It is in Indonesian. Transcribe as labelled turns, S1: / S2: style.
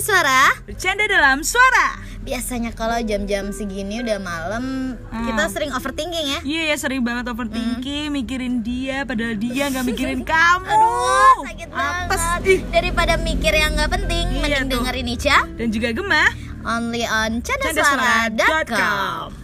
S1: suara.
S2: Bercanda dalam suara.
S1: Biasanya kalau jam-jam segini udah malam,
S2: Hmm.
S1: kita sering overthinking ya.
S2: Iya ya sering banget overthinking, mikirin dia padahal dia nggak mikirin kamu.
S1: Aduh, sakit
S2: Apes.
S1: banget.
S2: Ih.
S1: Daripada mikir yang nggak penting,
S2: Iya
S1: mending
S2: tuh.
S1: dengerin Ica
S2: Dan juga Gemah,
S1: only on
S2: candasuara.com.
S1: candasuara.com.